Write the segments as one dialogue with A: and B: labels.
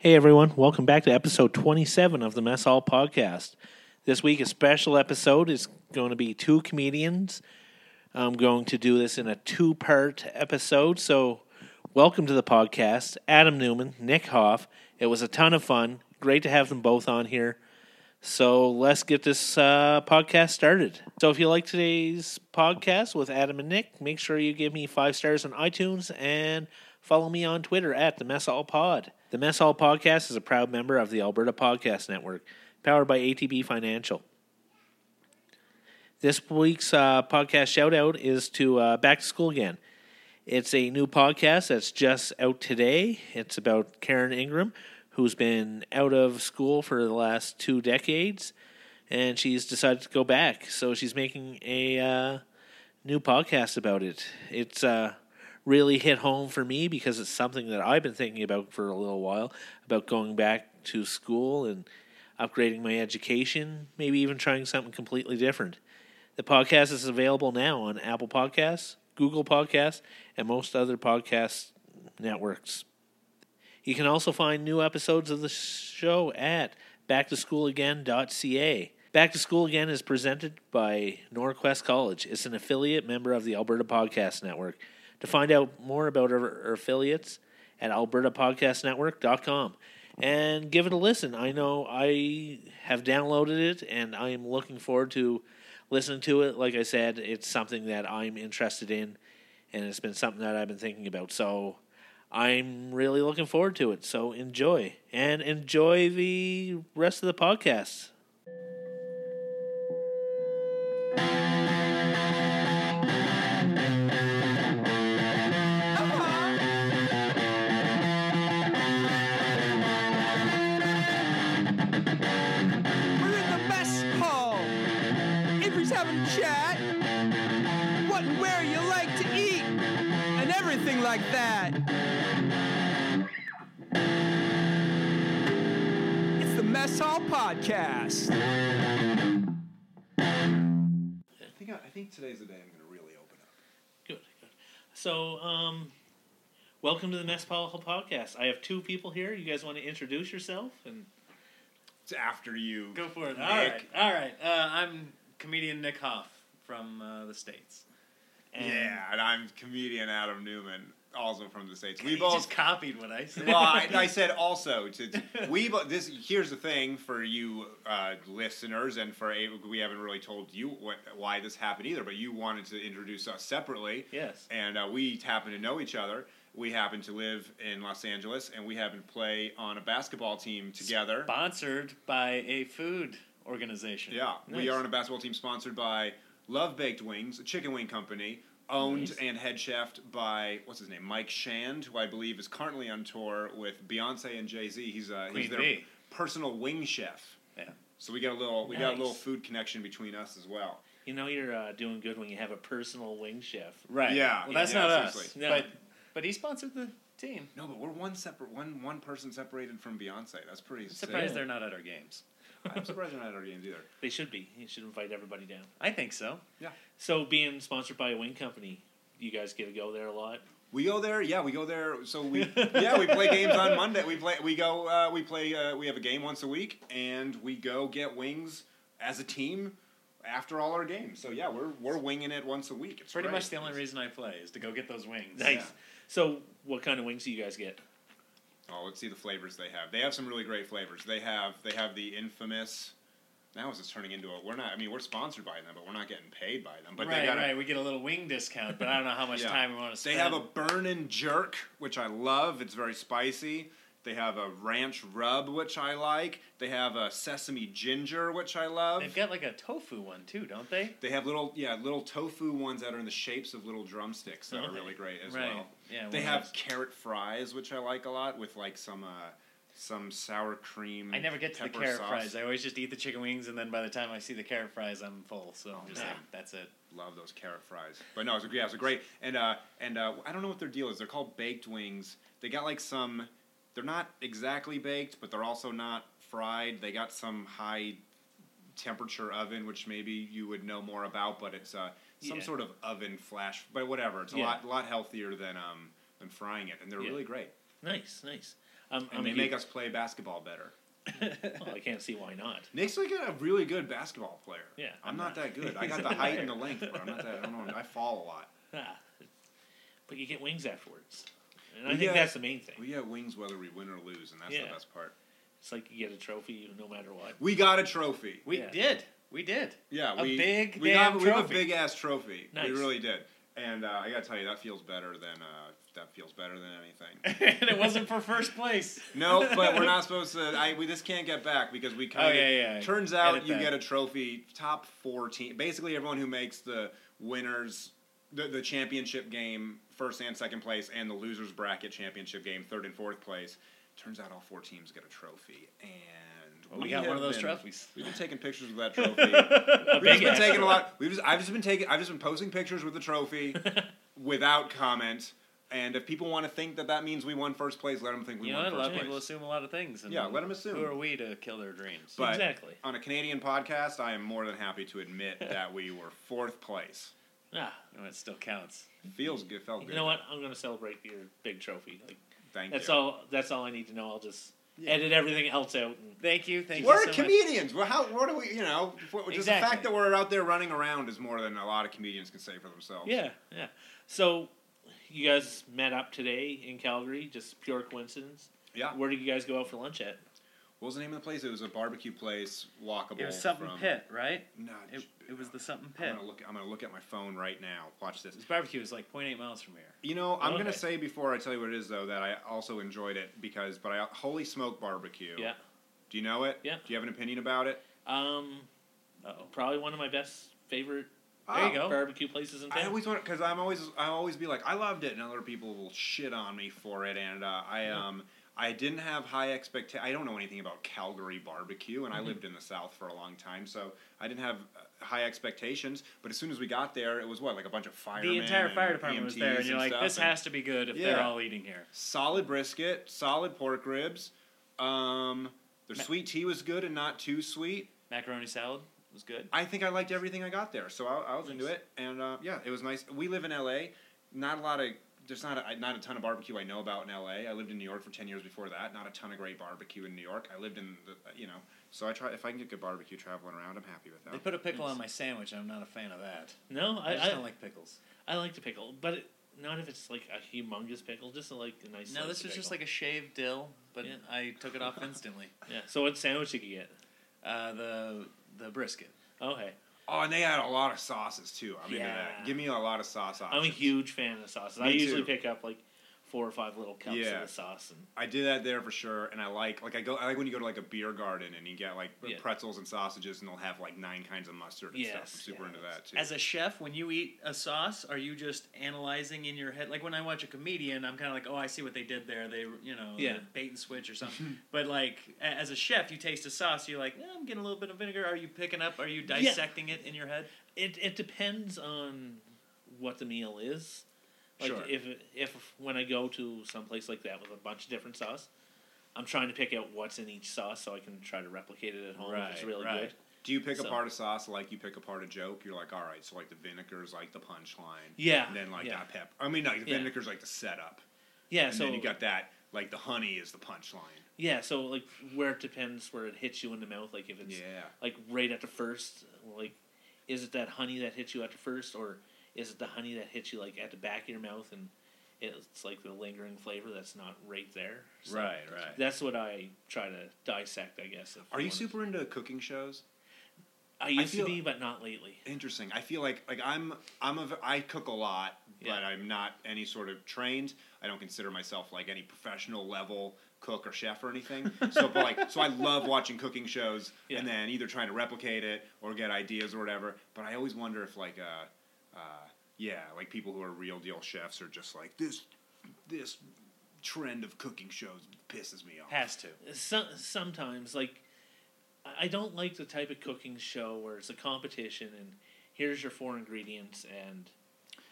A: Hey everyone, welcome back to episode 27 of the Mess Hall Podcast. This week, a special episode is going to be two comedians. I'm going to do this in a two part episode. So, welcome to the podcast, Adam Newman, Nick Hoff. It was a ton of fun. Great to have them both on here. So, let's get this uh, podcast started. So, if you like today's podcast with Adam and Nick, make sure you give me five stars on iTunes and follow me on Twitter at the Mess Hall Pod. The Mess Hall Podcast is a proud member of the Alberta Podcast Network, powered by ATB Financial. This week's uh, podcast shout out is to uh, Back to School Again. It's a new podcast that's just out today. It's about Karen Ingram, who's been out of school for the last two decades, and she's decided to go back. So she's making a uh, new podcast about it. It's uh, really hit home for me because it's something that I've been thinking about for a little while about going back to school and upgrading my education, maybe even trying something completely different. The podcast is available now on Apple Podcasts, Google Podcasts, and most other podcast networks. You can also find new episodes of the show at backtoschoolagain.ca. Back to School Again is presented by Norquest College. It's an affiliate member of the Alberta Podcast Network. To find out more about our our affiliates at albertapodcastnetwork.com and give it a listen. I know I have downloaded it and I am looking forward to listening to it. Like I said, it's something that I'm interested in and it's been something that I've been thinking about. So I'm really looking forward to it. So enjoy and enjoy the rest of the podcast.
B: We're in the mess hall. Avery's having a chat. What and where you like to eat, and everything like that. It's the Mess Hall Podcast.
C: I think I think today's the day I'm gonna really open up.
A: Good. good. So, um, welcome to the Mess Hall podcast. I have two people here. You guys want to introduce yourself and
C: It's after you.
D: Go for it.
C: Nick.
D: All right. All right. Uh, I'm comedian Nick Hoff from uh, the States.
A: and
C: yeah, and I'm comedian Adam Newman, also from the states. We
D: He
C: both.
D: just copied what I said.
C: well, I, I said also to, to- we. But this here's the thing for you uh, listeners, and for a- we haven't really told you what, why this happened either. But you wanted to introduce us separately.
A: Yes.
C: and uh, we happen to know each other. We happen to live in Los Angeles, and we happen to play on a basketball team together.
D: Sponsored by a food organization.
C: Yeah,
A: Nice.
C: we are on a basketball team sponsored by Love Baked Wings, a chicken wing company, owned and head chef by what's his name, Mike Shand, who I believe is currently on tour with Beyonce and Jay Z. He's uh, he's
D: Queen
C: their
D: Bee.
C: personal wing chef.
D: Yeah.
C: So we got a little we got a
A: Nice.
C: little food connection between us as well.
A: You know you're uh, doing good when you have a personal wing chef.
D: Right.
C: Yeah,
D: Well, that's
C: yeah,
D: not us.
C: seriously.
A: No.
D: But but he sponsored the team.
C: No, but we're one separate one one person separated from Beyonce. That's pretty.
D: I'm surprised
C: sick.
D: they're not at our games.
C: I'm surprised they're not at our games either.
A: They should be. You should invite everybody down.
D: I think so.
A: So, being sponsored by a wing company, you guys get to go there a lot.
C: We go there, yeah. We go there, so we yeah we play games on Monday. We play we go uh, we play uh, we have a game once a week, and we go get wings as a team after all our games. So yeah, we're we're winging it once a week. It's
D: Pretty
C: great.
D: much the only reason I play is to go get those wings.
A: Nice.
C: Yeah.
A: So, what kind of wings do you guys get?
C: Oh, let's see the flavors they have. They have some really great flavors. They have they have the infamous. Now it's just turning into a. We're not. I mean, we're sponsored by them, but we're not getting paid by them. But
D: right,
C: they got a-
D: right. We get a little wing discount, but I don't know how much
C: Yeah.
D: time we want to
C: They
D: spend.
C: have a burnin' jerk, which I love. It's very spicy. They have a ranch rub, which I like. They have a sesame ginger, which I love.
D: They've got like a tofu one too, don't they?
C: they have little, yeah, little tofu ones that are in the shapes of little drumsticks that are really great as
D: right.
C: well.
D: Yeah.
C: They
D: one of
C: have
D: those.
C: carrot fries, which I like a lot, with like some uh, some sour cream.
D: I never get to the
C: Mm. pepper
D: carrot
C: sauce.
D: fries. I always just eat the chicken wings, and then by the time I see the carrot fries, I'm full. So I'm just
A: man.
D: like, that's it.
C: Love those carrot fries. But no, it's a, yeah, it's a great. And uh, and uh, I don't know what their deal is. They're called baked wings. They got like some. They're not exactly baked, but they're also not fried. They got some high temperature oven, which maybe you would know more about. But it's uh, some
A: Yeah.
C: sort of oven flash. But whatever, it's a
A: Yeah.
C: lot lot healthier than um than frying it, and they're
A: Yeah.
C: really great.
A: Nice, nice. I'm,
C: and
A: I'm
C: they
A: hu-
C: make us play basketball better.
A: well, I can't see why not.
C: Nick's like a really good basketball player.
A: Yeah,
C: I'm,
A: I'm
C: not, that good. I got the height and the length, but I'm not that. I don't know. I fall a lot.
A: Ah, but you get wings afterwards, and I
C: Well,
A: think
C: yeah.
A: that's the main thing.
C: We have wings whether we win or lose, and that's
A: Yeah.
C: the best part.
A: It's like you get a trophy no matter what.
C: We got a trophy.
D: We
A: Yeah.
D: did. We did.
C: Yeah,
D: A
C: we
D: big
C: we
D: damn
C: got we have a
D: trophy.
C: big ass trophy.
A: Nice.
C: We really did. And uh, I gotta tell you, that feels better than uh, that feels better than anything.
D: and it wasn't for first place.
C: no, but we're not supposed to. I we this can't get back because we kind of.
D: Oh, yeah, yeah.
C: Turns out
D: Edit
C: you
D: that.
C: get a trophy. Top four team, basically everyone who makes the winners, the, the championship game, first and second place, and the losers bracket championship game, third and fourth place. Turns out all four teams get a trophy, and
D: Well, we got one
C: have
D: of those
C: been-
D: trophies.
C: We've been taking pictures of that trophy.
A: A
C: We've just
A: big
C: been
A: ass
C: taking
A: trophy.
C: a lot. We've just, I've just been taking. I've just been posting pictures with the trophy, without comment. And if people want to think that that means we won first place, let them think we
D: You know,
C: won
D: what? a lot
C: first
D: of people
C: place.
D: assume a lot of things. And
C: Yeah, let 'em assume.
D: Who are we to kill their dreams?
C: But
A: Exactly.
C: on a Canadian podcast, I am more than happy to admit that we were fourth place.
A: Ah,
D: You know, it still counts.
C: Feels good. Felt good.
A: you know what? I'm gonna celebrate your big trophy. Like
C: Thank
A: that's
C: you.
A: all. That's all I need to know. I'll just edit everything else out. And,
D: Thank you. Thank
C: We're
D: you so much.
C: comedians. Well, how? What do we? You know, what, just the
D: Exactly.
C: fact that we're out there running around is more than a lot of comedians can say for themselves.
A: yeah, yeah. So you guys met up today in Calgary? Just pure coincidence.
C: Yeah.
A: Where did you guys go out for lunch at?
C: What was the name of the place? It was a barbecue place, walkable.
D: It was something
C: from,
D: pit, right?
C: Nah,
D: It, it was the something
C: I'm
D: pit.
C: gonna look. I'm gonna look at my phone right now. Watch this.
D: This barbecue is like 0.8 miles from here.
C: You know, I'm gonna
A: Okay.
C: say before I tell you what it is though that I also enjoyed it because, but I holy smoke barbecue.
A: Yeah.
C: Do you know it?
A: Yeah.
C: Do you have an opinion about it?
A: Um,
D: Uh-oh.
A: probably one of my best favorite
D: There you
C: Oh,
D: go.
A: barbecue places in town.
C: I always want because I'm always I always be like I loved it and other people will shit on me for it and uh, I
D: Mm-hmm.
C: um I didn't have high expectations. I don't know anything about Calgary barbecue
D: Mm-hmm.
C: and I lived in the South for a long time so I didn't have uh, high expectations. But as soon as we got there, it was what like a bunch of firemen.
D: The entire
C: and
D: fire department was there,
C: EMTs
D: and you're like,
C: stuff,
D: this
C: and-
D: has to be good if they're
C: Yeah.
D: all eating here.
C: solid brisket, solid pork ribs. Um, their
D: Ma-
C: sweet tea was good and not too sweet.
D: Macaroni salad was good.
C: I think I liked everything I got there, so I, I was into it. And uh, yeah, it was nice. We live in L.A. Not a lot of there's not a, not a ton of barbecue I know about in L.A. I lived in New York for ten years before that. Not a ton of great barbecue in New York. I lived in the you know. So I try if I can get good barbecue traveling around, I'm happy with
D: They
C: that.
D: put a pickle on my sandwich, and I'm not a fan of that.
A: no,
D: I
A: I,
D: just
A: I,
D: don't like pickles.
A: I like the pickle, but it, not if it's like a humongous pickle. Just like a nice.
D: No,
A: slice
D: this
A: of
D: was just
A: pickle.
D: like a shaved dill, but
A: Yeah.
D: I took it off instantly.
A: yeah. So what sandwich did you get?
D: Uh, the the brisket.
A: Okay,
C: Oh, and they had a lot of sauces too. I'm into
A: Yeah.
C: that. Give me a lot of sauce options.
A: I'm a huge fan of sauces.
C: Me
A: I usually
C: too.
A: pick up like four or five little cups
C: Yeah.
A: of the sauce, and
C: I did that there for sure, and I like like I go I like when you go to like a beer garden and you get like
A: Yeah.
C: pretzels and sausages, and they'll have like nine kinds of mustard and
A: Yes,
C: stuff. I'm super
A: yeah.
C: into that too.
D: As a chef, when you eat a sauce, are you just analyzing in your head? Like when I watch a comedian, I'm kind of like, oh, I see what they did there. They, you know,
A: Yeah.
D: the bait and switch or something. but like a- as a chef, you taste a sauce, you're like, eh, I'm getting a little bit of vinegar. Are you picking up? Are you dissecting it in your head?
A: it it depends on what the meal is. Like
C: Sure.
A: if if when I go to some place like that with a bunch of different sauce, I'm trying to pick out what's in each sauce so I can try to replicate it at home. if it's
D: Right,
A: really
D: right.
A: good.
C: Do you pick
A: so-
C: apart a sauce like you pick apart a joke? You're like, all right, so like the vinegar's like the punchline,
A: Yeah,
C: and then like
A: yeah.
C: that pep. I mean, like the
A: Yeah.
C: vinegar's like the setup,
A: Yeah,
C: and
A: so
C: then you got that like the honey is the punchline.
A: yeah, so like where it depends where it hits you in the mouth. Like if it's
C: Yeah.
A: like right at the first, like is it that honey that hits you at the first, or is it the honey that hits you like at the back of your mouth and it's like the lingering flavor that's not right there. So
D: right.
A: That's what I try to dissect, I guess. if
C: Are you
A: wanna-
C: super into cooking shows?
A: I used
C: feel-
A: to be, but not lately.
C: Interesting. I feel like like I'm I'm a v- I cook a lot,
A: Yeah.
C: but I'm not any sort of trained. I don't consider myself like any professional level cook or chef or anything. So but like so I love watching cooking shows
A: Yeah.
C: and then either trying to replicate it or get ideas or whatever. But I always wonder if like uh, uh yeah, like people who are real deal chefs are just like this this trend of cooking shows pisses me off.
D: Has to.
A: So, sometimes, like, I I don't like the type of cooking show where it's a competition and here's your four ingredients and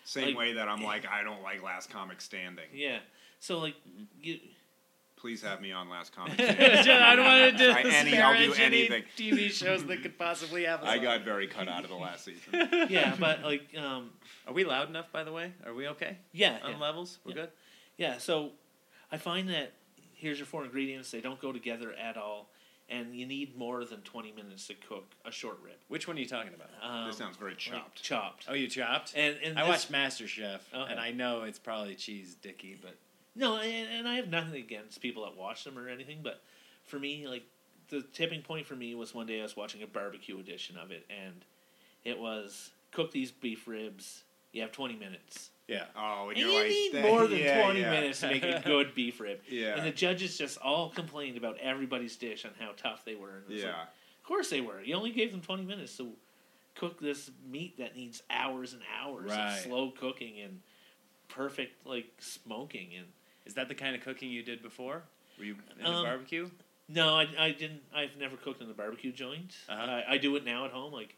C: Same
A: like- eh.
C: way that I'm like I don't like Last Comic Standing.
A: yeah. So like you,
C: Please have me on Last Comic Standing.
D: I don't want
C: Try any, I'll do anything.
D: TV shows that could possibly have. us
C: I
D: on.
C: got very cut out of the last season.
A: yeah, but like um,
D: Are we loud enough? By the way, are we okay
A: yeah,
D: on
A: yeah,
D: levels? We're
A: Yeah.
D: good.
A: yeah. So I find that here's your four ingredients. They don't go together at all, and you need more than twenty minutes to cook a short rib.
D: Which one are you talking about?
A: Um,
C: this sounds very chopped.
A: Chopped.
D: oh, you chopped.
A: And and
D: I
A: this-
D: watched MasterChef,
A: Okay.
D: and I know it's probably cheese dicky, but
A: No, and, and I have nothing against people that watch them or anything, but for me, like the tipping point for me was one day I was watching a barbecue edition of it, and it was cook these beef ribs. You have twenty minutes.
D: yeah.
C: Oh, and
A: And
C: you're
A: you
C: like,
A: need
C: "Dang,
A: more than
C: yeah,
A: 20
C: yeah."
A: minutes to make a good beef rib.
C: Yeah.
A: And the judges just all complained about everybody's dish and how tough they were. And it was
C: Yeah.
A: like, of course they were. You only gave them 20 minutes to cook this meat that needs hours and hours
D: Right.
A: of slow cooking and perfect like smoking and
D: Is that the kind of cooking you did before? Were you in the
A: Um,
D: barbecue?
A: no I, I didn't i've never cooked in the barbecue joint
D: Uh-huh.
A: I, I do it now at home like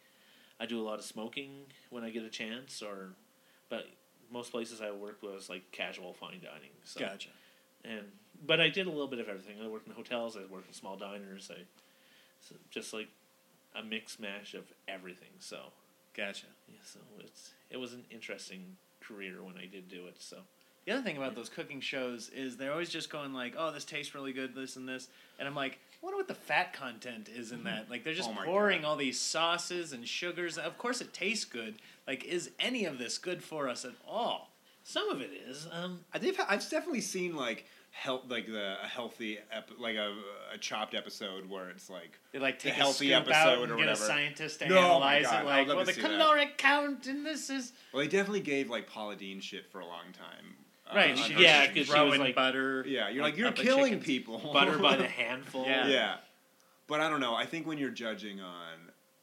A: i do a lot of smoking when i get a chance or but most places i worked was like casual fine dining so
D: Gotcha.
A: and but I did a little bit of everything. I worked in hotels. I worked in small diners. I so just like a mix mash of everything. So
D: Gotcha.
A: yeah, so it's it was an interesting career when I did do it. So
D: The other thing about those cooking shows is they're always just going like, "Oh, this tastes really good, this and this," and I'm like, I "Wonder what the fat content is in that?" Like they're just
C: Oh my
D: pouring all these sauces and sugars. Of course, it tastes good. Like, is any of this good for us at all?
A: some of it is um
C: I did, I've definitely seen like help like the a healthy ep, like a, a chopped episode where it's like
D: They like
C: The
D: take a
C: healthy
D: scoop out
C: episode
D: and
C: or
D: get a
C: whatever.
D: scientist to
C: No, oh my
D: analyze
C: God, I
D: it.
C: would
D: Like,
C: love
D: well,
C: to
D: the
C: see that.
D: caloric count in this is
C: well they definitely gave like Paula Dean shit for a long time uh,
D: right.
C: on
D: she,
C: her
A: yeah,
D: yeah,
C: show.
A: she was
D: throwing
A: like-
D: butter.
C: yeah you're
D: on
C: like you're
D: top of
C: killing
D: chickens.
C: people
A: butter by the handful.
D: Yeah.
C: yeah but I don't know I think when you're judging on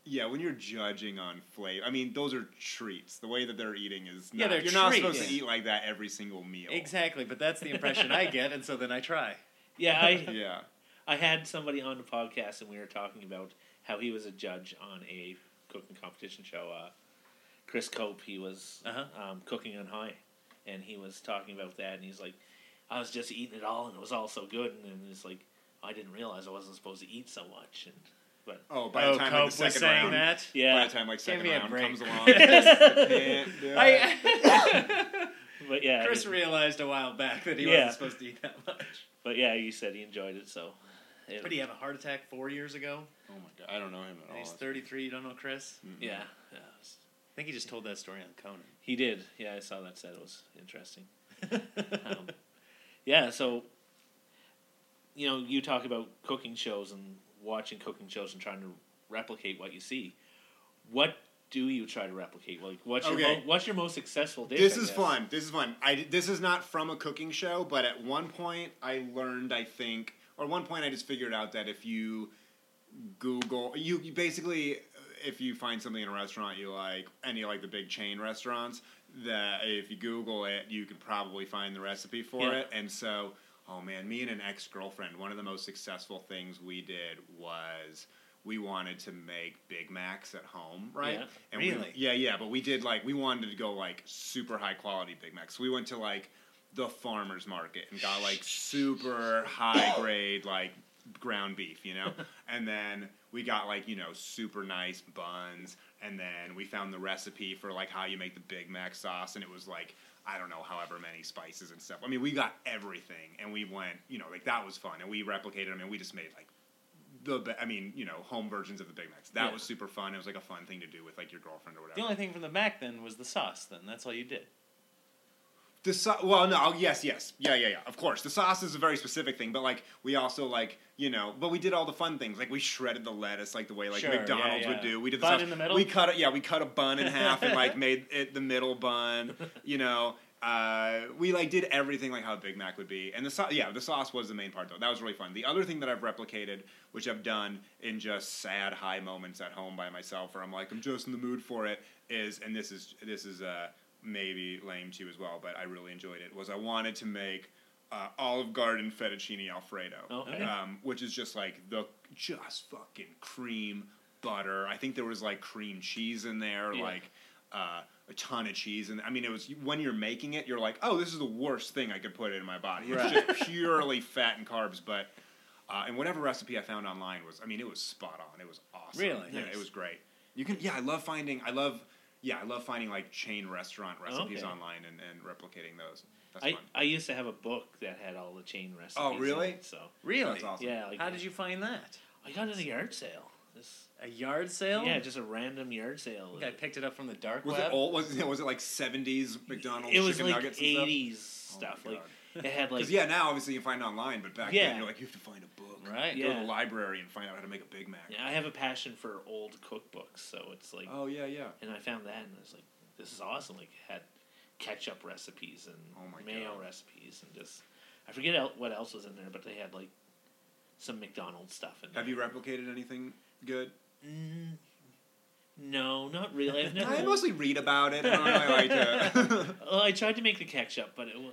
C: yeah when you're judging on flavor I mean those are treats the way that they're eating is
D: Yeah,
C: not,
D: they're
C: you're not
D: treats.
C: supposed to eat like that every single meal
D: Exactly, but that's the impression I get, and so then I try.
A: yeah. I
C: yeah
A: I had somebody on the podcast and we were talking about how he was a judge on a cooking competition show. Uh, Chris Cope, he was
D: Uh-huh.
A: um, cooking on high, and he was talking about that, and he's like, I was just eating it all, and it was all so good, and then it's like, I didn't realize I wasn't supposed to eat so much, and but
C: oh by
D: oh,
C: the time like,
D: Cope
C: the
D: was
C: second
D: saying
C: round
D: that.
C: by
A: yeah,
C: the time like
D: Give
C: second
D: me a
C: round
D: break.
C: comes along I can't do it.
D: I-
A: but yeah,
D: Chris
A: he-
D: realized a while back that he
A: Yeah.
D: wasn't supposed to eat that much.
A: but yeah, you said he enjoyed it, so it-
D: But he had a heart attack four years ago.
C: Oh my god, I don't know him at
D: And
C: all.
D: he's 33. You don't know Chris?
C: Hmm.
D: I
A: yeah, yeah, it was-
D: think he just told that story on Conan.
A: he did, yeah, I saw that said it was interesting. um, yeah, so you know, you talk about cooking shows and watching cooking shows and trying to replicate what you see. What do you try to replicate? Like, what's your
C: Okay.
A: mo- what's your most successful dish?
C: This
A: I
C: is
A: guess?
C: fun. This is fun. I this is not from a cooking show, but at one point I learned. I think, or one point I just figured out that if you Google, you, you basically, if you find something in a restaurant you like, any of, like the big chain restaurants, that if you Google it, you can probably find the recipe for
A: Yeah.
C: it. And so, oh man, me and an ex girlfriend, one of the most successful things we did was we wanted to make Big Macs at home, right?
A: Yeah.
C: And we-
D: Really?
C: yeah, yeah, but we did like we wanted to go like super high quality Big Macs. We went to like the farmers market and got like super high grade like ground beef, you know? And then we got like, you know, super nice buns and then we found the recipe for like how you make the Big Mac sauce and it was like I don't know, however many spices and stuff. I mean, we got everything and we went, you know, like that was fun and we replicated them and we just made like the be- I mean, you know, home versions of the Big Macs. That
A: Yeah.
C: was super fun. It was like a fun thing to do with like your girlfriend or whatever.
D: The only thing from the Mac then was the sauce, then. That's all you did.
C: The sau- well, no, oh, yes, yes, yeah, yeah, yeah. Of course, the sauce is a very specific thing, but like we also like you know, but we did all the fun things. Like we shredded the lettuce, like the way like
D: Sure, yeah,
C: McDonald's
D: yeah.
C: would do. We did
D: Bun
C: the sauce.
D: in the middle?
C: We cut it. Yeah, we cut a bun in half and like made it the middle bun. You know, uh, we like did everything like how a Big Mac would be. And the sauce, yeah, the sauce was the main part though. That was really fun. The other thing that I've replicated, which I've done in just sad high moments at home by myself, where I'm like I'm just in the mood for it, is and this is this is uh, maybe lame too as well, but I really enjoyed it. Was I wanted to make uh, Olive Garden fettuccine alfredo,
A: Okay.
C: um, which is just like the just fucking cream butter. I think there was like cream cheese in there,
A: Yeah.
C: like uh, a ton of cheese, and I mean it was when you're making it, you're like, oh, this is the worst thing I could put in my body. It's just purely fat and carbs, but. Uh, and whatever recipe I found online was, I mean, it was spot on. It was awesome.
D: Really?
C: Yeah,
D: Nice.
C: it was great. You can, yeah, I love finding, I love, yeah, I love finding like chain restaurant recipes
A: Okay.
C: online and, and replicating those. That's
A: I,
C: fun.
A: I used to have a book that had all the chain recipes.
C: Oh, really?
A: in it, so
D: Really?
C: That's awesome.
A: yeah, like,
D: How did you find that?
A: I got it at a yard sale. This,
D: A yard sale?
A: yeah, just a random yard sale.
D: I think I picked it up from the dark
C: Was
D: web.
C: it old? Was it, was it like seventies McDonald's
A: it was
C: chicken
A: like
C: nuggets and stuff?
A: '80s stuff.
C: Oh my
A: like it had like
C: Because yeah, now obviously you can find it online, but back
A: Yeah.
C: then you're like you have to find a book,
D: Right.
C: Go to
A: Yeah.
C: the library and find out how to make a Big Mac.
A: yeah, I have a passion for old cookbooks, so it's like,
C: Oh yeah, yeah.
A: and I found that, and I was like, this is awesome. Like it had ketchup recipes and
C: Oh my
A: mayo
C: God.
A: recipes, and just I forget el- what else was in there, but they had like some McDonald's stuff. In
C: Have
A: there.
C: you replicated anything good?
A: Mm, no, not really. I've never.
C: I mostly read about it. I don't really like to.
A: Well, I tried to make the ketchup, but it wa-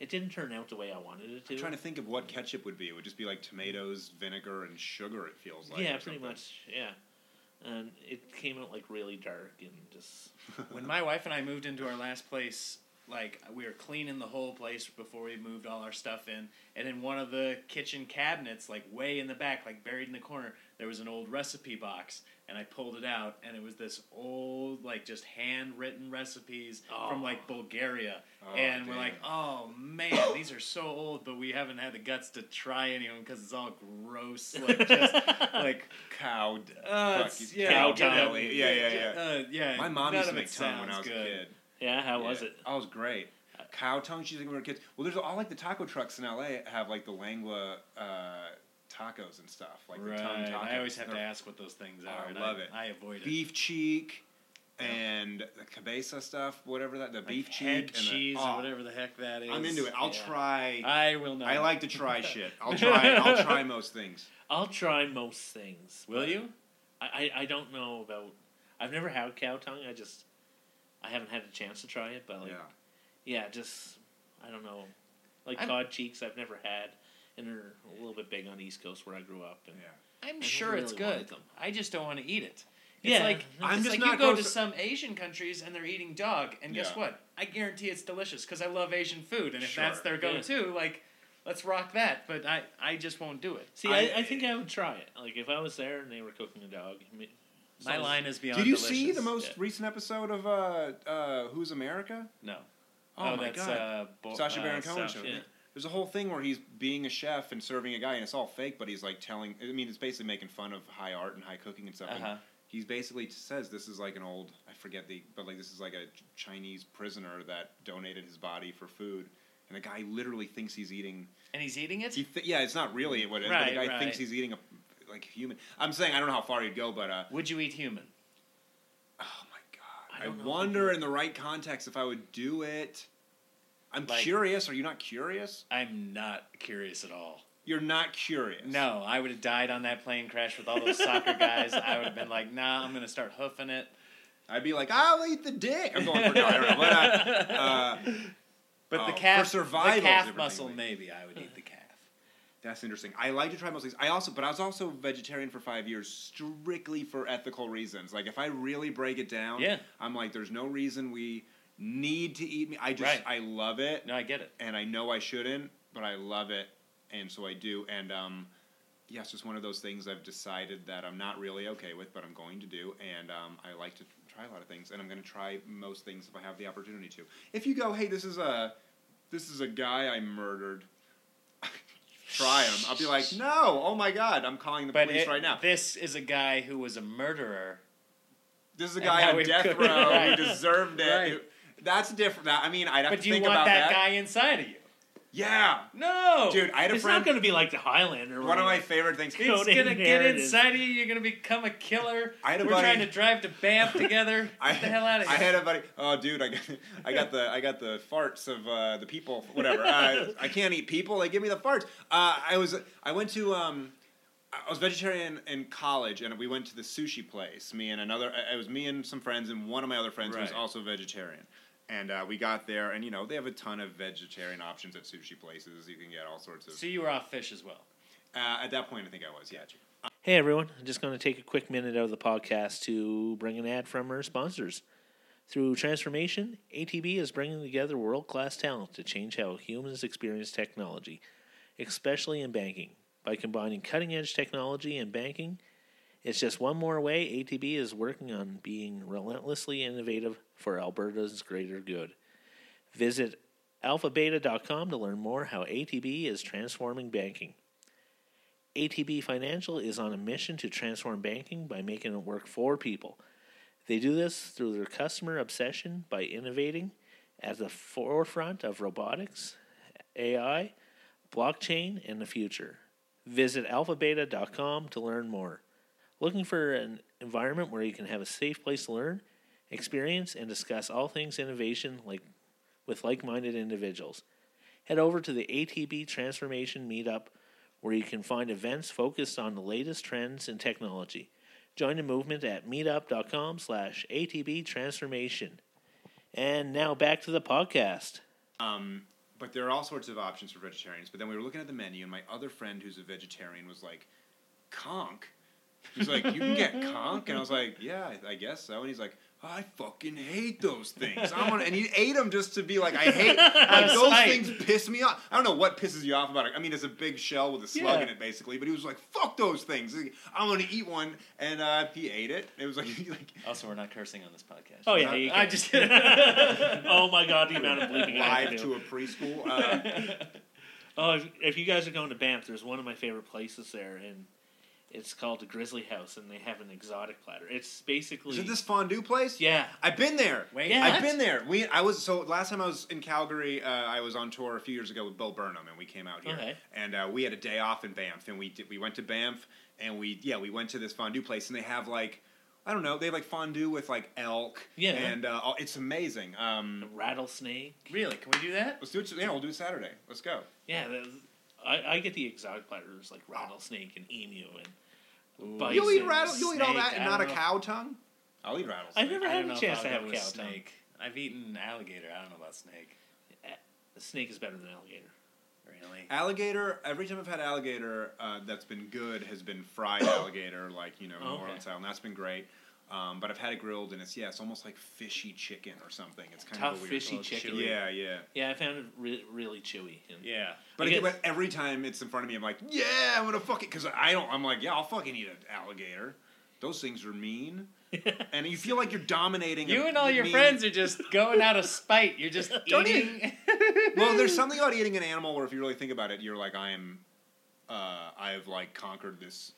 A: it didn't turn out the way I wanted it to.
C: I'm trying to think of what ketchup would be. It would just be like tomatoes, vinegar, and sugar. It feels like.
A: yeah,
C: or
A: pretty
C: something.
A: much. Yeah, and it came out like really dark and just.
D: when my wife and I moved into our last place, like we were cleaning the whole place before we moved all our stuff in, and in one of the kitchen cabinets, like way in the back, like buried in the corner, there was an old recipe box, and I pulled it out, and it was this old, like just handwritten recipes from
A: Oh.
D: like Bulgaria,
C: Oh,
D: and we're
C: damn.
D: like, oh man, these are so old, but we haven't had the guts to try any of them because it's all gross, like just like
C: Cow.
D: uh,
C: fuck,
D: it's-
C: you-
D: yeah,
A: cow
D: get it.
A: tongue.
C: Yeah, yeah, yeah.
D: Uh, yeah.
C: My mom
D: none
C: used to
D: of
C: make
D: it
C: tongue when
D: sounds
C: I was
D: good.
C: a kid.
A: Yeah, how was
C: Yeah.
A: it?
C: Oh, it was great.
D: Uh,
C: Cow tongue. She's like when we were kids. Well, there's all like the taco trucks in LA have like the lengua uh, tacos and stuff, like the tongue
D: Right.
C: tacos.
D: I always have to
C: They're
D: ask what those things
C: Oh,
D: are.
C: I
D: and
C: love it.
D: I avoid it.
C: beef cheek and the cabeza stuff, whatever that the
D: Like
C: beef cheek
D: head
C: and the-
D: cheese
C: oh,
D: or whatever the heck that is.
C: I'm into it. I'll
A: Yeah.
C: try.
D: I will not.
C: I like to try shit. I'll try. I'll try most things.
A: I'll try most things.
D: Will
A: but
D: you?
A: I, I I don't know about. I've never had cow tongue. I just I haven't had a chance to try it, but like
C: Yeah.
A: yeah, just I don't know. Like
D: I'm-
A: cod cheeks, I've never had, and they're a little bit big on the East Coast where I grew up. And
C: Yeah.
D: I'm
A: never
D: sure it's
A: really wanted
D: good.
A: them.
D: I just don't want to eat it. It's
A: Yeah.
D: like
C: I'm
D: it's
C: just
D: like
C: not
D: you go
C: going
D: to
C: so-
D: some Asian countries and they're eating dog, and guess
C: Yeah.
D: what? I guarantee it's delicious because I love Asian food, and if that's
C: Sure.
D: their
A: Yeah.
D: go-to, like, let's rock that. But I, I just won't do it.
A: See, I, I think I would try it. Like if I was there and they were cooking a dog. I mean,
D: My
A: so-
D: line is beyond.
C: Did you
D: delicious.
C: see the most
A: Yeah.
C: recent episode of uh, uh, Who's America?
D: No.
C: Oh, my
D: that's,
C: god.
D: Uh, Bo-
C: Sasha
D: uh,
C: Baron Cohen
D: Sasha.
C: show.
A: yeah.
C: There's a whole thing where he's being a chef and serving a guy, and it's all fake, but he's like telling. I mean, it's basically making fun of high art and high cooking and stuff.
D: Uh-huh.
C: And he's basically says this is like an old. I forget the, but like this is like a Ch- Chinese prisoner that donated his body for food, and the guy literally thinks he's eating.
D: And he's eating it.
C: He th- yeah, it's not really what it is, but
D: Right,
C: the guy
D: right.
C: thinks he's eating a like human. I'm saying I don't know how far you'd go, but uh,
D: Would you eat human?
C: Oh
A: I
C: my god!
A: don't
C: I,
A: know if
C: wonder
A: I do.
C: in the right context if I would do it. I'm
D: Like-
C: curious. Are you not curious?
D: I'm not curious at all.
C: You're not curious.
D: No, I would have died on that plane crash with all those soccer guys. I would have been like, nah, I'm gonna start hoofing it.
C: I'd be like, I'll eat the dick. I'm going for no, I don't know. But, uh, uh,
D: But
C: Oh,
D: the
C: for
D: calf,
C: survival
D: the
C: is
D: calf
C: everything,
D: muscle,
C: like-
D: maybe I would eat the calf.
C: that's interesting. I like to try most things. I also, but I was also vegetarian for five years, strictly for ethical reasons. Like if I really break it down,
D: Yeah.
C: I'm like, there's no reason we need to eat meat. I just,
D: Right.
C: I love it.
D: No, I get it.
C: and I know I shouldn't, but I love it, and so I do. And um, yes, it's just one of those things I've decided that I'm not really okay with, but I'm going to do. And um, I like to try a lot of things, and I'm going to try most things if I have the opportunity to. If you go, hey, this is a this is a guy I murdered. try him. I'll be like, no, oh my god, I'm calling the
D: But
C: police
D: it-
C: right now.
D: this is a guy who was a murderer.
C: This is a
D: and
C: guy
D: now
C: on
D: we've
C: death
D: cooked-
C: row.
D: Right.
C: He deserved it.
D: Right.
C: It- That's different. That- I mean, I'd have
D: But
C: to
D: do you
C: think
D: want
C: about
D: that, guy inside of you?
C: Yeah,
D: No,
C: dude. I had a
A: It's
C: friend.
A: not going to be like the Highlander.
C: one of
A: where
C: my favorite things.
A: Go
D: It's
A: to
D: gonna get
A: inheritance.
D: inside of you. You're gonna become a killer.
C: I had a
D: We're
C: buddy-
D: trying to drive to Banff together. Get
C: I,
D: the hell out of here.
C: I had a buddy. Oh, dude, I got, I got the, I got the farts of uh, the people. Whatever. Uh, I can't eat people. They give me the farts. Uh, I was, I went to, um, I was vegetarian in college, and we went to the sushi place. Me and another, it was me and some friends, and one of my other friends who was
D: Right.
C: also vegetarian. And uh, we got there, and you know they have a ton of vegetarian options at sushi places. You can get all sorts of.
D: so you were off fish as well.
C: Uh, at that point, I think I was. Yeah.
A: Hey everyone, I'm just going to take a quick minute out of the podcast to bring an ad from our sponsors. Through transformation, ATB is bringing together world class talent to change how humans experience technology, especially in banking. By combining cutting edge technology and banking, it's just one more way ATB is working on being relentlessly innovative for Alberta's greater good. Visit alphabeta.com to learn more how ATB is transforming banking. ATB Financial is on a mission to transform banking by making it work for people. They do this through their customer obsession by innovating at the forefront of robotics, AI, blockchain, and the future. Visit alphabeta.com to learn more. Looking for an environment where you can have a safe place to learn, experience, and discuss all things innovation like with like minded individuals. Head over to the ATB Transformation Meetup where you can find events focused on the latest trends in technology. Join the movement at meetup.com slash ATB Transformation. And now back to the podcast.
C: Um, but there are all sorts of options for vegetarians. But then we were looking at the menu, and my other friend who's a vegetarian was like, conch? He's like, you can get conch? And I was like, yeah, I, I guess so. And he's like, I fucking hate those things. I want, and he ate them just to be like, I hate like those
D: Slight.
C: things. Piss me off. I don't know what pisses you off about it. I mean, it's a big shell with a slug
A: Yeah.
C: in it, basically. But he was like, fuck those things. I'm gonna eat one, and uh, he ate it. It was like, like
D: Also, we're not cursing on this podcast.
A: Oh, yeah, you
D: I
A: go.
D: just
A: oh my god, the amount of bleeping I have to
C: live
A: do.
C: to a preschool. Uh,
A: Oh, if, if you guys are going to Banff, there's one of my favorite places there, and it's called the Grizzly House, and they have an exotic platter. It's basically
C: is it this fondue place?
A: yeah,
C: I've been there.
D: Wait,
A: Yeah.
C: I've
D: what?
C: been there. We I was so last time I was in Calgary, uh, I was on tour a few years ago with Bill Burnham, and we came out here,
A: Okay.
C: and uh, we had a day off in Banff, and we did, we went to Banff, and we yeah we went to this fondue place, and they have like I don't know they have like fondue with like elk,
A: Yeah.
C: and uh, all- it's amazing.
A: a
C: Um,
A: rattlesnake.
D: really, can we do that?
C: let's do it. Yeah, we'll do it Saturday. Let's go.
A: Yeah, that- I, I get the exotic platters like rattlesnake and emu, and bison.
C: You'll eat rattle. You'll eat all
D: Oh, snake,
C: that, and
D: I
C: not a
D: don't know.
C: cow tongue. I'll eat rattles.
A: I've never
D: I
A: had
D: don't
A: a
D: know
A: chance
D: if
A: to
D: I'll
A: have
D: go
A: cow
D: with
A: tongue.
D: snake. I've eaten alligator. I don't know about snake.
A: The snake is better than alligator.
D: Really?
C: Alligator. Every time I've had alligator uh, that's been good has been fried alligator, like you know New
A: Okay.
C: Orleans style, and that's been great. Um, but I've had it grilled, and it's yeah, it's almost like fishy chicken or something. It's kind
A: Tough
C: of a weird.
A: fishy
D: Oh,
A: chicken.
D: chewy.
C: Yeah, yeah.
A: Yeah, I found it re- really chewy. And
D: Yeah.
C: But,
A: I
C: again,
A: guess-
C: but every time it's in front of me, I'm like, yeah, I'm gonna fuck it, because I don't. I'm like, yeah, I'll fucking eat an alligator. Those things are mean, and you feel like you're dominating. a
D: You and all your
C: mean-
D: friends are just going out of spite. You're just
C: Don't
D: eating.
C: well, there's something about eating an animal where if you really think about it, you're like, I am, uh, I've like conquered this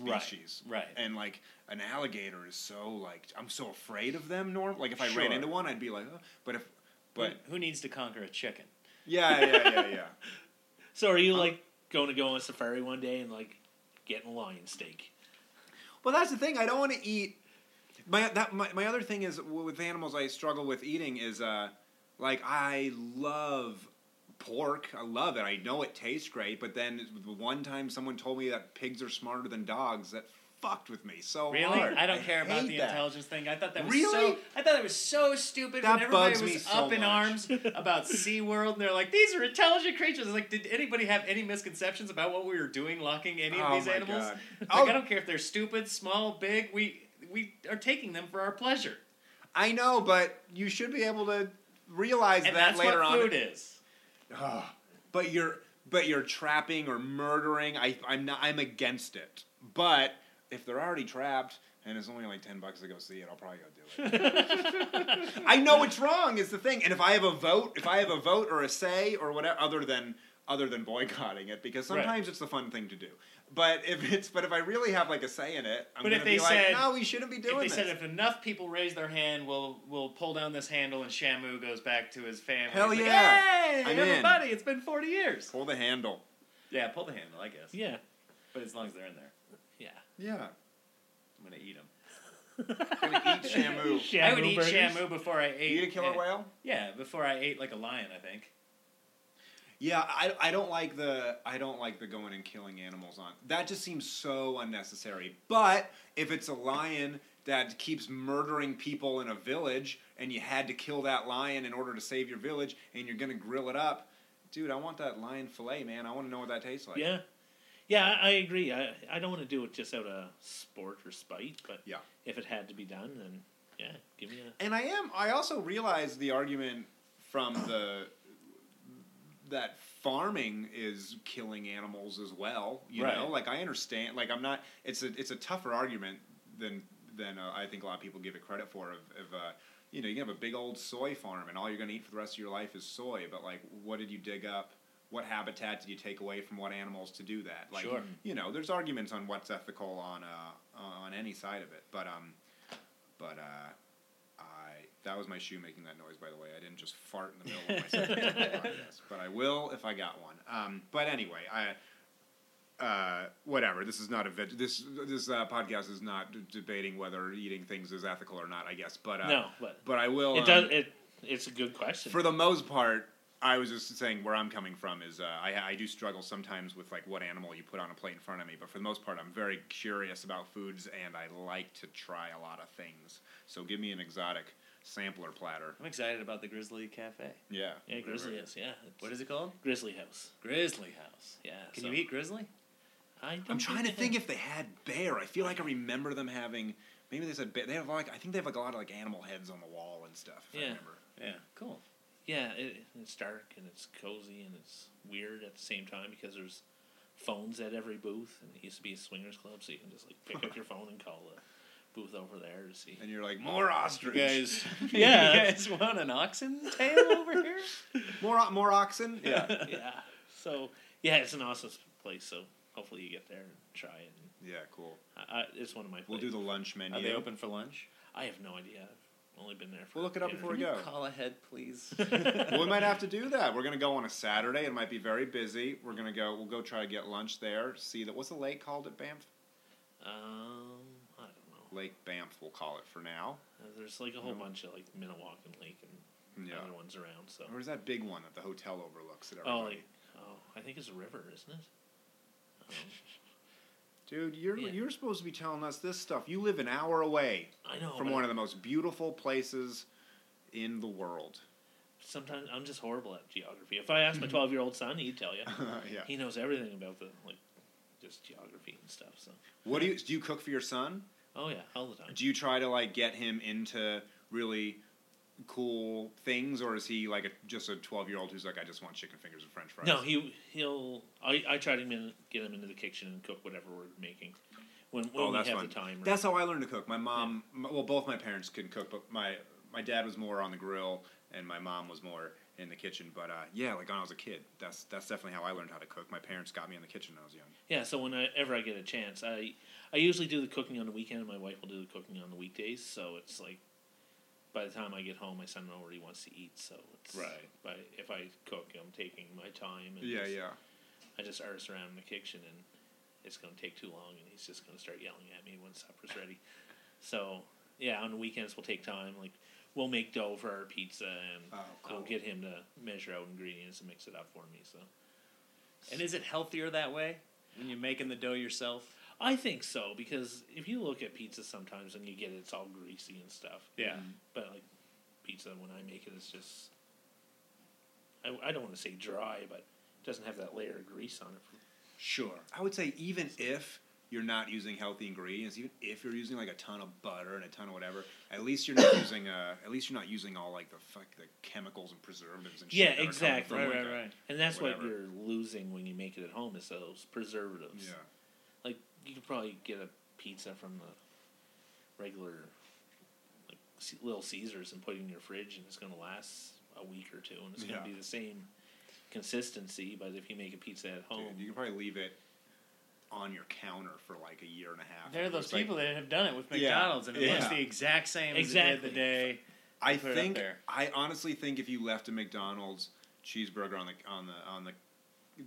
D: Right,
C: species,
D: right.
C: And like an alligator is so like I'm so afraid of them. Norm, like if I
D: Sure. Mm.
C: ran into one, I'd be like, oh. but if, but
D: Who needs to conquer a chicken?
C: yeah, yeah, yeah, yeah.
A: So are
C: Uh-huh.
A: you like going to go on a safari one day and like getting a lion steak?
C: Well, that's the thing. I don't want to eat. My that my, my other thing is w- with animals I struggle with eating is uh like I love pork. I love it. I know it tastes great, but then the one time someone told me that pigs are smarter than dogs, that fucked with me so
D: Really?
C: hard.
D: I don't care about
C: hate
D: the
C: that.
D: intelligence thing. I thought that was
C: Really?
D: so I thought it was so stupid
C: That
D: when everybody
C: bugs me
D: was
C: so
D: up in
C: much.
D: arms about SeaWorld and they're like, These are intelligent creatures. It's like, did anybody have any misconceptions about what we were doing locking any of
C: Oh
D: these
C: my
D: animals?
C: God. Oh.
D: Like,
C: I'll-
D: I don't care if they're stupid, small, big, we we are taking them for our pleasure.
C: I know, but you should be able to realize
D: And
C: that
D: that's
C: later
D: what
C: on.
D: food is.
C: Ugh. but you're but you're trapping or murdering. I I'm not. I'm against it. But if they're already trapped and it's only like ten bucks to go see it, I'll probably go do it. I know it's wrong. Is the thing. And if I have a vote, if I have a vote or a say or whatever, other than other than boycotting it, because
D: Right.
C: sometimes it's the fun thing to do. But if it's but if I really have like a say in it, I'm
D: But
C: gonna
D: if
C: be
D: they
C: like,
D: said-
C: no, we shouldn't be doing
D: if they
C: this.
D: said if enough people raise their hand, we'll we'll pull down this handle and Shamu goes back to his family.
C: Hell
D: He's like,
C: yeah.
D: hey,
C: I'm in."
D: everybody! It's been forty years.
C: Pull the handle.
D: Yeah, pull the handle, I guess.
A: Yeah,
D: But as long as they're in there,
A: yeah.
C: Yeah.
D: I'm gonna eat them.
C: I'm gonna eat Shamu.
D: I would eat
A: burgers?
D: Shamu before I ate.
C: You eat a killer
D: eh,
C: whale?
D: Yeah, before I ate like a lion, I think.
C: Yeah, I, I don't like the I don't like the going and killing animals on. That just seems so unnecessary. But if it's a lion that keeps murdering people in a village and you had to kill that lion in order to save your village and you're going to grill it up, dude, I want that lion fillet, man. I want to know what that tastes like.
A: Yeah, yeah. I, I agree. I I don't want to do it just out of sport or spite, but
C: Yeah.
A: if it had to be done, then yeah, give me a
C: And I am I also realize the argument from the that farming is killing animals as well. You
D: Right.
C: know, like I understand. Like I'm not. It's a it's a tougher argument than than uh, I think a lot of people give it credit for. Of, of uh, you know, you can have a big old soy farm and all you're going to eat for the rest of your life is soy, but like, what did you dig up? What habitat did you take away from what animals to do that? Like,
D: Sure.
C: you know, there's arguments on what's ethical on uh, on any side of it, but um, but uh, I that was my shoe making that noise. By the way, I didn't just fart in the middle of my sentence, podcast, but I will if I got one. Um, but anyway, I uh, whatever. This is not a veg- this this uh, podcast is not d- debating whether eating things is ethical or not. I guess, but uh,
A: No, but-
C: I will.
A: It
C: um,
A: does. It it's a good question.
C: for the most part, I was just saying where I'm coming from is uh, I, I do struggle sometimes with like what animal you put on a plate in front of me, but for the most part, I'm very curious about foods and I like to try a lot of things. So give me an exotic sampler platter.
D: I'm excited about the Grizzly Cafe.
C: Yeah.
A: yeah, grizzly house. Yeah,
D: What is it called?
A: grizzly house?
D: Grizzly House.
A: Yeah.
D: Can
A: so-
D: you eat grizzly?
A: I don't
C: I'm trying to
A: you
C: think
A: can.
C: if they had bear. I feel like I remember them having. Maybe they said bear. They have like I think they have like a lot of like animal heads on the wall and stuff. If I
A: Yeah.
C: remember.
D: Yeah. Cool.
A: Yeah, it, it's dark and it's cozy and it's weird at the same time because there's phones at every booth and it used to be a swingers club, so you can just like pick up your phone and call the booth over there to see.
C: And you're like more ostrich,
A: Yeah.
D: you guys want an oxen tail over here?
C: more o- more oxen. Yeah,
A: yeah. So yeah, it's an awesome place. So hopefully you get there and try it.
C: yeah, cool.
A: I, I, it's one of my.
C: We'll do the lunch menu.
D: Are they open for lunch?
A: I have no idea. I've only been there. for
C: We'll look it up
A: dinner.
C: before we go.
D: Call ahead, please.
C: well, we might have to do that. We're gonna go on a Saturday. It might be very busy. We're gonna go. We'll go try to get lunch there. See that. What's the lake called at Banff?
A: Um, I don't know.
C: Lake Banff. We'll call it for now.
A: Uh, There's like a whole bunch of like Minnewauk and Lake and
C: Yeah.
A: other ones around. So
C: Uh, Where's that big one that the hotel overlooks? At
A: oh,
C: everybody?
A: like oh, I think it's a river, isn't it? Um,
C: Dude, you're
A: Yeah.
C: you're supposed to be telling us this stuff. You live an hour away
A: I know.
C: from
A: but
C: one of the most beautiful places in the world.
A: Sometimes I'm just horrible at geography. If I asked my 12 year old son, he'd tell you.
C: Mm-hmm. yeah.
A: He knows everything about the like just geography and stuff. So
C: What do you do? You cook for your son?
A: oh yeah, all the time.
C: Do you try to like get him into really cool things, or is he like a, just a twelve year old who's like, I just want chicken fingers and French fries?
A: No, he he'll. I, I try to min- get him into the kitchen and cook whatever we're making when, when we have
C: fun.
A: the time. or-
C: Oh, That's how I learned to cook. My mom, m well, both my parents can cook, but my my dad was more on the grill, and my mom was more in the kitchen. But uh, yeah, like when I was a kid, that's that's definitely how I learned how to cook. My parents got me in the kitchen when I was young.
A: yeah. So whenever I get a chance, I I usually do the cooking on the weekend, and my wife will do the cooking on the weekdays. So it's like by the time I get home, my son already wants to eat. So it's
D: Right.
A: But if I cook, I'm taking my time. And
C: Yeah,
A: just-
C: yeah.
A: I just arse around in the kitchen, and it's going to take too long, and he's just going to start yelling at me when supper's ready. So, yeah, on the weekends we'll take time. Like, we'll make dough for our pizza, and
C: Oh, cool.
A: I'll get him to measure out ingredients and mix it up for me. So,
D: and is it healthier that way when you're making the dough yourself?
A: I think so because if you look at pizza sometimes and you get it, it's all greasy and stuff.
D: Yeah.
A: But like pizza, when I make it, it's just I, I don't want to say dry, but it doesn't have that layer of grease on it.
C: Sure. I would say even if you're not using healthy ingredients, even if you're using like a ton of butter and a ton of whatever, at least you're not using uh, at least you're not using all like the fuck the chemicals and preservatives and shit.
A: Yeah,
C: that are coming
A: exactly.
C: from,
A: Right,
C: like,
D: right,
C: a-
D: right.
A: And that's what
C: Whatever.
A: you're losing when you make it at home is those preservatives.
C: Yeah.
A: Like you could probably get a pizza from the regular like C- Little Caesars and put it in your fridge and it's going to last a week or two and it's going
C: Yeah.
A: to be the same consistency. But if you make a pizza at
D: Oh.
A: home,
C: Dude, you can probably leave it on your counter for like a year and a half.
D: There are
C: and
D: those
C: it's like-
D: people that have done it with
C: Yeah.
D: McDonald's, and it
C: Yeah.
D: looks the exact same as it
A: Exactly.
D: did the day.
C: I
D: put it up
C: think
D: there.
C: I honestly think if you left a McDonald's cheeseburger on the on the on the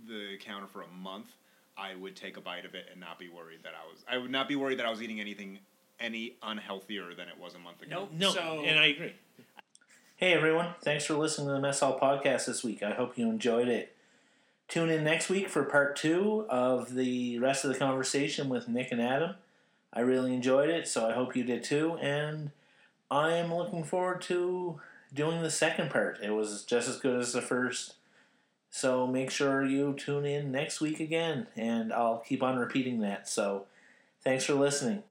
C: the counter for a month, I would take a bite of it and not be worried that I was I would not be worried that I was eating anything any unhealthier than it was a month ago.
D: Nope.
A: No,
D: So-
A: and I agree. Hey everyone, thanks for listening to the Mess Hall podcast this week. I hope you enjoyed it. Tune in next week for part two of the rest of the conversation with Nick and Adam. I really enjoyed it, so I hope you did too. And I am looking forward to doing the second part. It was just as good as the first. So make sure you tune in next week again, and I'll keep on repeating that. So thanks for listening.